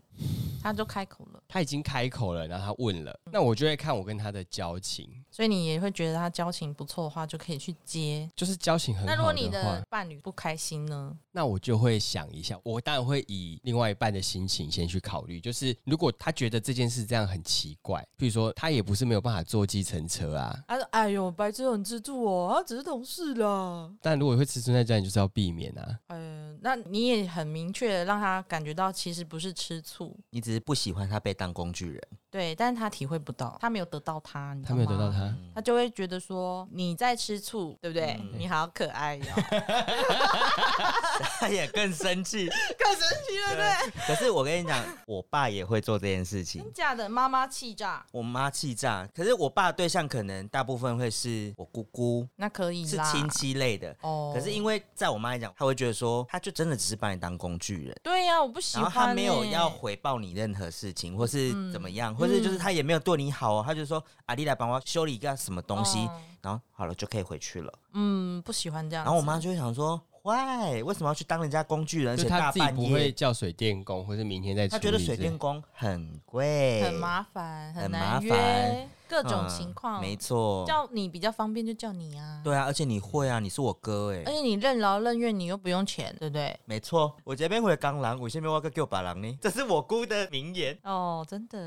Speaker 1: 他都开口了，
Speaker 2: 他已经开口了，然后他问
Speaker 1: 嗯
Speaker 2: 了，那我就会看我跟他的交情，
Speaker 1: 所以你也会觉得他交情不错的话，就可以去接。
Speaker 2: 就是交情很好
Speaker 1: 那
Speaker 2: 的
Speaker 1: 如
Speaker 2: 话，
Speaker 1: 果你的伴侣不开心呢？
Speaker 2: 那我就会想一下，我当然会以另外一半的心情先去考虑，就是如果他觉得这件事这样很奇怪，譬如说他也不是没有办法坐计程车啊，
Speaker 1: 他说：“哎呦，白痴很自助哦，他只是同事啦。
Speaker 2: 但如果会吃醋那家，你就是要避免啊。”
Speaker 4: 呃
Speaker 1: 嗯，那你也很明确地让他感觉到，其实不是吃醋，
Speaker 4: 你只是不喜欢他被当工具人。
Speaker 1: 对，但是他体会不到，他没有得到他，你知
Speaker 2: 他
Speaker 1: 道
Speaker 2: 没有得
Speaker 1: 吗
Speaker 2: 到他，
Speaker 1: 他就会觉得说你在吃醋，对不对？
Speaker 4: 嗯
Speaker 1: 你好可爱 哟、
Speaker 4: 他也更生气。啊
Speaker 1: 更神奇了，对，嗯
Speaker 4: 可是我跟你讲，我爸也会做这件事情
Speaker 1: 真。假的妈妈气炸，
Speaker 4: 我妈气炸，可是我爸对象可能大部分会是我姑姑，
Speaker 1: 那可以
Speaker 4: 是
Speaker 1: 啦，
Speaker 4: 亲戚类的。
Speaker 1: 哦。
Speaker 4: 可是因为在我妈来讲，她会觉得说，她就真的只是把你当工具人。
Speaker 1: 对呀、我不喜
Speaker 4: 然
Speaker 1: 欢、嗯
Speaker 4: 后
Speaker 1: 欸，
Speaker 4: 她没有要回报你任何事情，或是怎么样，或是就是她也没有对你好哦，她就说阿丽来帮我修理一个什么东西，
Speaker 1: 哦
Speaker 4: 然后好了就可以回去了。
Speaker 1: 嗯，不喜欢这样。
Speaker 4: 然后我妈，就会想说，喂，为什么要去当人家工具人？而
Speaker 2: 就
Speaker 4: 且
Speaker 2: 他
Speaker 4: 大
Speaker 2: 自己
Speaker 4: 半
Speaker 2: 不
Speaker 4: 夜
Speaker 2: 会，叫水电工，或是明天再处
Speaker 4: 她
Speaker 2: 理。
Speaker 4: 觉得水电工很贵，
Speaker 1: 很麻烦，
Speaker 4: 哎很麻
Speaker 1: 难约
Speaker 4: 烦，
Speaker 1: 各
Speaker 4: 嗯
Speaker 1: 种情况、
Speaker 4: 没错。
Speaker 1: 叫你比较方便就叫你啊。，
Speaker 4: 哦对啊，而且你会啊，你是我哥哎、
Speaker 1: 而且你任劳任怨，你又不用钱，对不对？
Speaker 4: 没错，我这边回刚狼，我这边挖个叫把狼呢，这是我姑的名言。
Speaker 1: 哦，真的，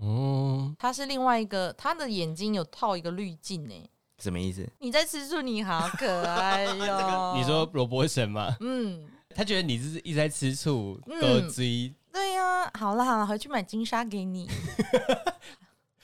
Speaker 2: 哦，
Speaker 1: 他是另外一个，他的眼睛有套一个滤镜呢。
Speaker 4: 什么意思？
Speaker 1: 你在吃醋，你好可爱 哟、
Speaker 2: 你说，罗伯神吗？
Speaker 1: 嗯，
Speaker 2: 他觉得你是一直在吃醋，
Speaker 1: 嗯
Speaker 2: 勾追
Speaker 1: 对呀、好了好了，回去买金沙给你，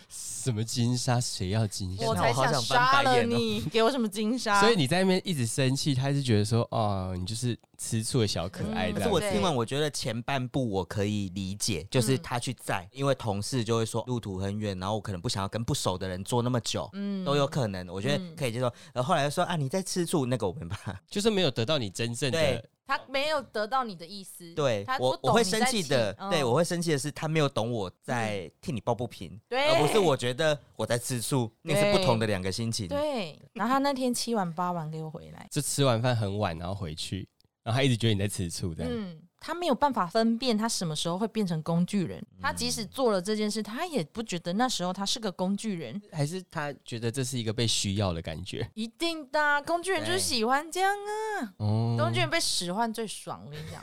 Speaker 2: 什么金沙？谁要金
Speaker 1: 我
Speaker 2: 沙？
Speaker 1: 才啊
Speaker 4: 我好想
Speaker 1: 杀
Speaker 4: 翻白
Speaker 1: 了
Speaker 4: 眼哦
Speaker 1: 你， 给我什么金 沙？
Speaker 2: 所以你在那边一直生气，他是觉得说，哦，你就是吃醋的小可爱
Speaker 1: 嗯
Speaker 2: 这样
Speaker 4: 可是
Speaker 1: 对
Speaker 2: 子。
Speaker 4: 我听完，我觉得前半部我可以理解，
Speaker 1: 嗯
Speaker 4: 就是他去载，因为同事就会说路途很远，然后我可能不想要跟不熟的人坐那么久，
Speaker 1: 嗯
Speaker 4: 都有可能，我觉
Speaker 1: 嗯
Speaker 4: 得可以接受。然后后来又说啊，你在吃醋，那个我没办法。
Speaker 2: 就是没有得到你真正的
Speaker 4: 对，
Speaker 1: 他没有得到你的意思，
Speaker 4: 对
Speaker 1: 他不
Speaker 4: 我
Speaker 1: 懂
Speaker 4: 我会
Speaker 1: 你在
Speaker 4: 生气的，
Speaker 1: 嗯
Speaker 4: 对我会生气的是他没有懂我在替你抱不平，
Speaker 1: 对
Speaker 4: 而不是我觉得我在吃醋，那是不同的两个心情。
Speaker 1: 对，然后他那天七晚八晚给我回来，
Speaker 2: 就吃完饭很晚，然后回去，然后他一直觉得你在吃醋这样。
Speaker 1: 嗯，他没有办法分辨他什么时候会变成工具人，
Speaker 4: 嗯
Speaker 1: 他即使做了这件事，他也不觉得那时候他是个工具人。
Speaker 2: 还是他觉得这是一个被需要的感觉
Speaker 1: 一定的啊、工具人就是
Speaker 4: 对
Speaker 1: 喜欢这样啊！
Speaker 4: 嗯
Speaker 2: 哦
Speaker 1: 工具人被使唤最爽，我跟 你讲。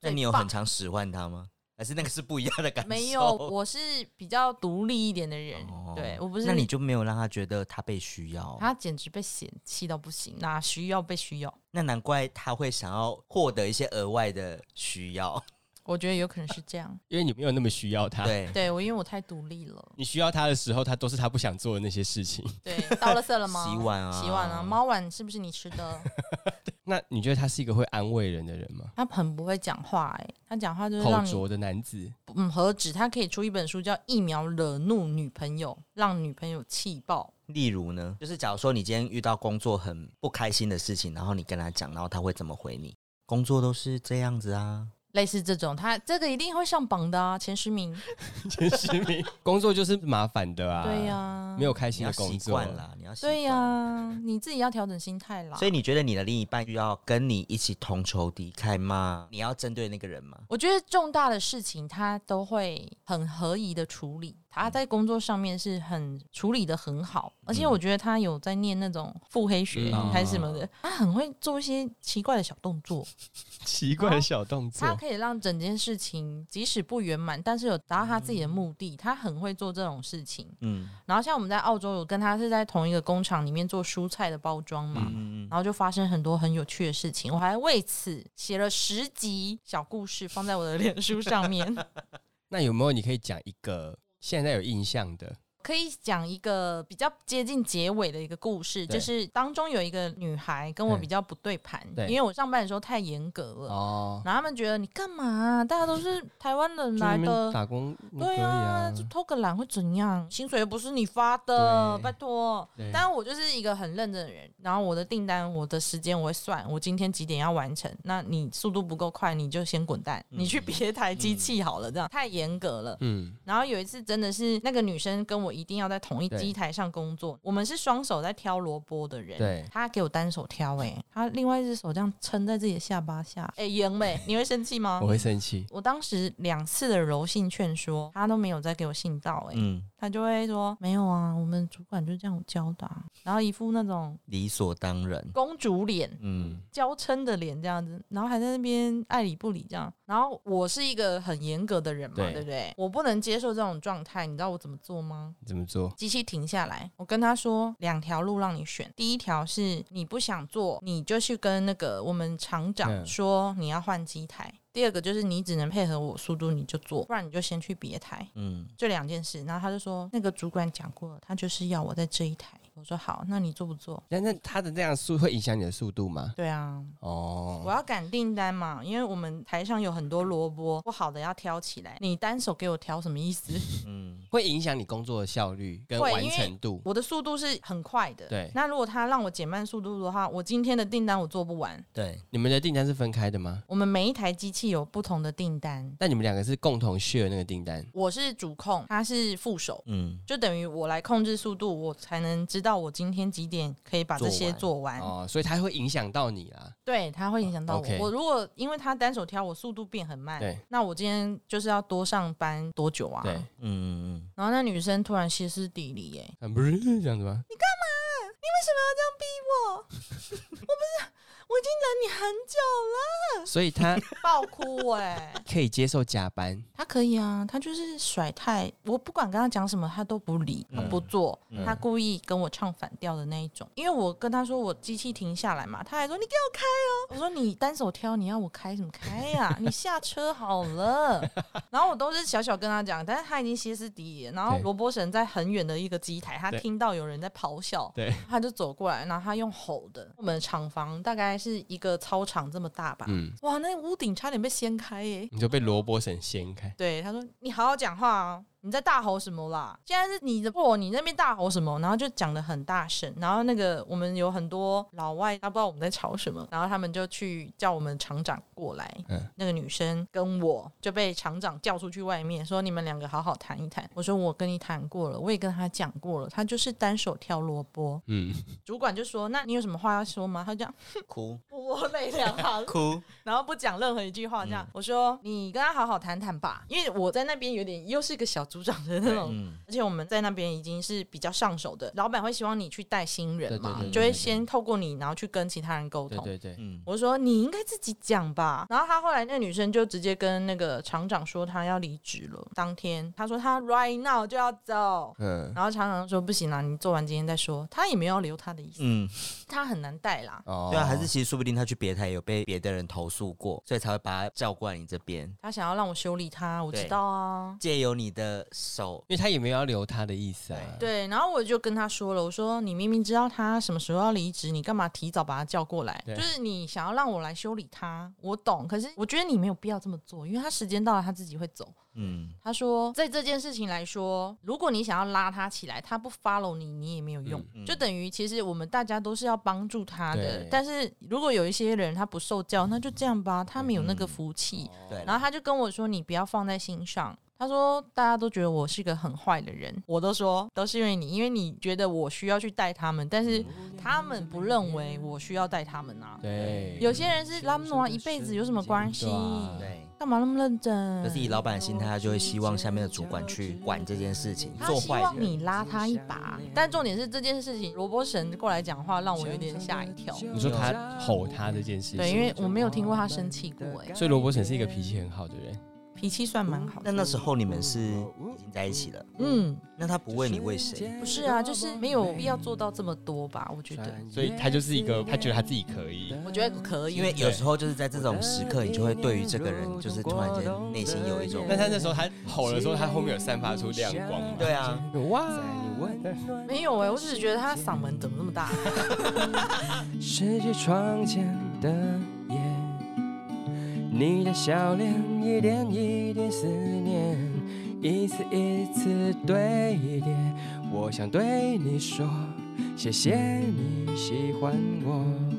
Speaker 4: 那你有
Speaker 1: 最棒
Speaker 4: 很常使唤他吗？还是那个是不一样的感受？
Speaker 1: 没有，我是比较独立一点的人，
Speaker 4: 哦
Speaker 1: 对我不是。
Speaker 4: 那你就没有让他觉得他被需要，
Speaker 1: 他简直被嫌弃到不行，哪需要被需要？
Speaker 4: 那难怪他会想要获得一些额外的需要。
Speaker 1: 我觉得有可能是这 样。
Speaker 2: 因为你没有那么需要他。，
Speaker 4: 对，
Speaker 1: 对我，因为我太独立了。
Speaker 2: 你需要他的时候，他都是他不想做的那些事情。
Speaker 1: 对，到了色了吗？
Speaker 4: 洗碗啊
Speaker 1: 洗碗啊，猫碗是不是你吃的？
Speaker 2: 那你觉得他是一个会安慰人的人吗？
Speaker 1: 他很不会讲话、欸，哎，他讲话就是
Speaker 2: 口
Speaker 1: 让你
Speaker 2: 拙的男子，
Speaker 1: 嗯何止，他可以出一本书叫《一秒惹怒女朋友》，让女朋友气爆。
Speaker 4: 例如呢，就是假如说你今天遇到工作很不开心的事情，然后你跟他讲，然后他会怎么回你？工作都是这样子啊，
Speaker 1: 类似这种，他这个一定会上榜的啊，前十名。
Speaker 2: 前十名，工作就是麻烦的啊。
Speaker 1: 对呀、
Speaker 2: 没有啊开
Speaker 4: 你
Speaker 2: 心
Speaker 4: 要
Speaker 2: 的工
Speaker 4: 习
Speaker 2: 作
Speaker 4: 惯。啦，你要习惯
Speaker 1: 对呀、你自己要调整心态啦。
Speaker 4: 所以你觉得你的另一半需要跟你一起同仇敌忾吗？你要针对那个人吗？
Speaker 1: 我觉得重大的事情他都会很合宜的处理，他在工作上面是很处理的很好，而且我觉得他有在念那种腹黑学
Speaker 2: 嗯
Speaker 1: 还是什么的，他很会做一些奇怪的小动作，
Speaker 2: 奇怪的小动
Speaker 1: 他
Speaker 2: 作，
Speaker 1: 可以让整件事情即使不圆满，但是有达到他自己的
Speaker 2: 嗯
Speaker 1: 目的，他很会做这种事情。
Speaker 4: 嗯
Speaker 1: 然后像我们在澳洲有跟他是在同一个工厂里面做蔬菜的包装嘛，
Speaker 4: 嗯嗯，
Speaker 1: 然后就发生很多很有趣的事情，我还为此写了十集小故事放在我的脸书上 面。
Speaker 2: 那有没有你可以讲一个现在有印象的？
Speaker 1: 可以讲一个比较接近结尾的一个故事，
Speaker 2: 对
Speaker 1: 就是当中有一个女孩跟我比较不对盘，
Speaker 2: 对
Speaker 1: 因为我上班的时候太严格了，
Speaker 2: 哦，
Speaker 1: 然后他们觉得你干嘛啊、大家都是台湾人
Speaker 2: 去
Speaker 1: 来
Speaker 2: 那边
Speaker 1: 的，
Speaker 2: 打工可
Speaker 1: 对
Speaker 2: 以啊，
Speaker 1: 就偷个懒会怎样？薪水又不是你发的，
Speaker 2: 对
Speaker 1: 拜托。
Speaker 2: 对
Speaker 1: 但我就是一个很认真的人，然后我的订单、我的时间我会算，我今天几点要完成。那你速度不够快，你就先滚蛋，你去别台机器好了，这样太严格了。
Speaker 2: 嗯，
Speaker 1: 然后有一次真的是那个女生跟我一定要在同一
Speaker 2: 对
Speaker 1: 机台上工作，我们是双手在挑萝卜的人，
Speaker 2: 对
Speaker 1: 她给我单手挑、欸，哎，她另外一只手这样撑在自己的下巴下，哎、杨美，你会生气吗
Speaker 2: 我？会生气。
Speaker 1: 我当时两次的柔性劝说，她都没有再给我信道、欸，哎、
Speaker 4: 嗯，
Speaker 1: 她就会说没有啊，我们主管就这样教的、啊，然后一副那种
Speaker 4: 理所当然。
Speaker 1: 公主脸，
Speaker 4: 嗯，
Speaker 1: 娇嗔的脸这样子，然后还在那边爱理不理这样。然后我是一个很严格的人嘛，
Speaker 2: 对
Speaker 1: 对不对？我不能接受这种状态，你知道我怎么做吗？
Speaker 2: 你怎么做？
Speaker 1: 机器停下来，我跟他说两条路让你选。第一条是你不想做，你就去跟那个我们厂长
Speaker 2: 嗯
Speaker 1: 说你要换机台。第二个就是你只能配合我速度，你就做，不然你就先去别台。
Speaker 4: 嗯，
Speaker 1: 这两件事，然后他就说那个主管讲过了，他就是要我在这一台。我说好，那你做不做？
Speaker 2: 但那他的这样速会影响你的速度吗？
Speaker 1: 对啊，我
Speaker 2: 哦，
Speaker 1: 要赶订单嘛，因为我们台上有很多萝卜，不好的要挑起来。你单手给我挑什么意思？
Speaker 4: 嗯
Speaker 2: 会影响你工作的效率跟
Speaker 1: 会
Speaker 2: 完
Speaker 1: 因为
Speaker 2: 成度。
Speaker 1: 我的速度是很快的，
Speaker 2: 对
Speaker 1: 那如果他让我减慢速度的话，我今天的订单我做不完。
Speaker 4: 对，
Speaker 2: 你们的订单是分开的吗？
Speaker 1: 我们每一台机器有不同的订单，
Speaker 2: 但你们两个是共同 share 那个订单，
Speaker 1: 我是主控，他是副手。
Speaker 4: 嗯，
Speaker 1: 就等于我来控制速度，我才能知道我今天几点可以把这些做完。
Speaker 2: 哦，所以它会影响到你啦。
Speaker 1: 对，它会影响到我。
Speaker 2: OK
Speaker 1: 我如果因为他单手挑，我速度变很慢
Speaker 2: 对，
Speaker 1: 那我今天就是要多上班多久啊？
Speaker 2: 对，
Speaker 4: 嗯嗯
Speaker 1: 然后那女生突然歇斯底里、耶，
Speaker 2: 啊不是这样子吗？
Speaker 1: 你为什么要这样逼我？ 我不是，我已经忍你很久了，
Speaker 2: 所以他
Speaker 1: 爆哭哎、
Speaker 2: 可以接受加班，
Speaker 1: 他可以啊，他就是甩太，我不管跟他讲什么，他都不理，
Speaker 2: 嗯
Speaker 1: 他不做，他故意跟我唱反调的那一种。因为我跟他说我机器停下来嘛，他还说你给我开哦。我说你单手挑，你要我开什么开 呀、你下车好了。然后我都是小小跟他讲，但是他已经歇斯底里了。然后
Speaker 2: 对
Speaker 1: 罗伯神在很远的一个机台，他
Speaker 2: 对
Speaker 1: 听到有人在咆哮，
Speaker 2: 对，
Speaker 1: 他就走过来，然后他用吼的。我们的厂房大概是一个操场这么大吧，
Speaker 2: 嗯，
Speaker 1: 哇，那屋顶差点被掀开耶、
Speaker 2: 你就被萝卜神掀开。
Speaker 1: 对，他说你好好讲话啊，你在大吼什么啦？现在是你的破，你那边大吼什么？然后就讲的很大声，然后那个我们有很多老外，他不知道我们在吵什么，然后他们就去叫我们厂长过来。
Speaker 2: 嗯，
Speaker 1: 那个女生跟我就被厂长叫出去外面，说你们两个好好谈一谈。我说我跟你谈过了，我也跟他讲过了，他就是单手挑萝卜。
Speaker 2: 嗯，
Speaker 1: 主管就说那你有什么话要说吗？他就讲
Speaker 4: 嗯，哭
Speaker 1: 我泪两行，
Speaker 4: 哭，
Speaker 1: 然后不讲任何一句话，这样、
Speaker 2: 嗯
Speaker 1: 我说你跟他好好谈谈吧，因为我在那边有点又是一个小组长的那种，
Speaker 4: 嗯
Speaker 1: 而且我们在那边已经是比较上手的，老板会希望你去带新人嘛，
Speaker 2: 对对对
Speaker 1: 就会先透过你，然后去跟其他人沟
Speaker 2: 对
Speaker 1: 通。
Speaker 2: 对对，
Speaker 4: 嗯，
Speaker 1: 我说你应该自己讲吧，然后他后来那个女生就直接跟那个厂长说她要离职了，当天她说她 right now 就要走，
Speaker 2: 嗯，
Speaker 1: 然后厂长说不行啦，你做完今天再说，她也没有要留她的意思，
Speaker 4: 嗯，
Speaker 1: 她很难带啦，
Speaker 2: 哦
Speaker 4: 对啊，还是其实说不定他去别台有被别的人投诉过，所以才会把他叫过来你这边，
Speaker 1: 她想要让我修理她，我知
Speaker 4: 对
Speaker 1: 道啊，
Speaker 4: 借由你的手，
Speaker 2: 因为他也没有要留他的意思啊。，
Speaker 1: 对，然后我就跟他说了，我说你明明知道他什么时候要离职，你干嘛提早把他叫过来？
Speaker 2: 对
Speaker 1: 就是你想要让我来修理他，我懂，可是我觉得你没有必要这么做，因为他时间到了他自己会走。
Speaker 4: 嗯
Speaker 1: 他说，在这件事情来说，如果你想要拉他起来，他不 follow 你，你也没有用，
Speaker 4: 嗯
Speaker 1: 就等于其实我们大家都是要帮助他的
Speaker 2: 嗯对。
Speaker 1: 但是如果有一些人他不受教，那就这样吧，他没有那个
Speaker 2: 嗯
Speaker 1: 福气。
Speaker 4: 对
Speaker 1: 然后他就跟我说：“你不要放在心上。”他说：“大家都觉得我是个很坏的人，我都说都是因为你，因为你觉得我需要去带他们，但是他们不认为我需要带他们啊。
Speaker 2: 对，
Speaker 1: 有些人是拉姆啊，一辈子有什么关系
Speaker 2: 对？啊
Speaker 4: 对。
Speaker 1: 干嘛那么认真？
Speaker 4: 可是以老板的心态，他就会希望下面的主管去管这件事情，
Speaker 1: 他
Speaker 4: 做
Speaker 1: 希
Speaker 4: 坏
Speaker 1: 望
Speaker 4: 人。
Speaker 1: 你拉他一把，但重点是这件事情，罗伯神过来讲话让我有点吓一跳。
Speaker 2: 你说他吼他这件事
Speaker 1: 对，
Speaker 2: 情，
Speaker 1: 因为我没有听过他生气过、哎，
Speaker 2: 所以罗伯神是一个脾气很好的人，
Speaker 1: 脾气算蛮好的。
Speaker 4: 那那时候你们是已经在一起了，
Speaker 1: 嗯，
Speaker 4: 那他不问你为谁？
Speaker 1: 不是啊，就是没有必要做到这么多吧，我觉得。
Speaker 2: 所以他就是一个他觉得他自己可以。
Speaker 1: 我觉得可以，
Speaker 4: 因为有时候就是在这种时刻，你就会对于这个人，就是突然间内心有一种
Speaker 2: 那他那时候他吼的时候，他后面有散发出亮光吗？
Speaker 4: 对啊，
Speaker 2: 哇，
Speaker 1: 没有哎、我只是觉得他嗓门怎么那么大？啊
Speaker 3: 失去窗前的夜，你的笑脸一点一点思念，一次一次堆叠。我想对你说，谢谢你喜欢我。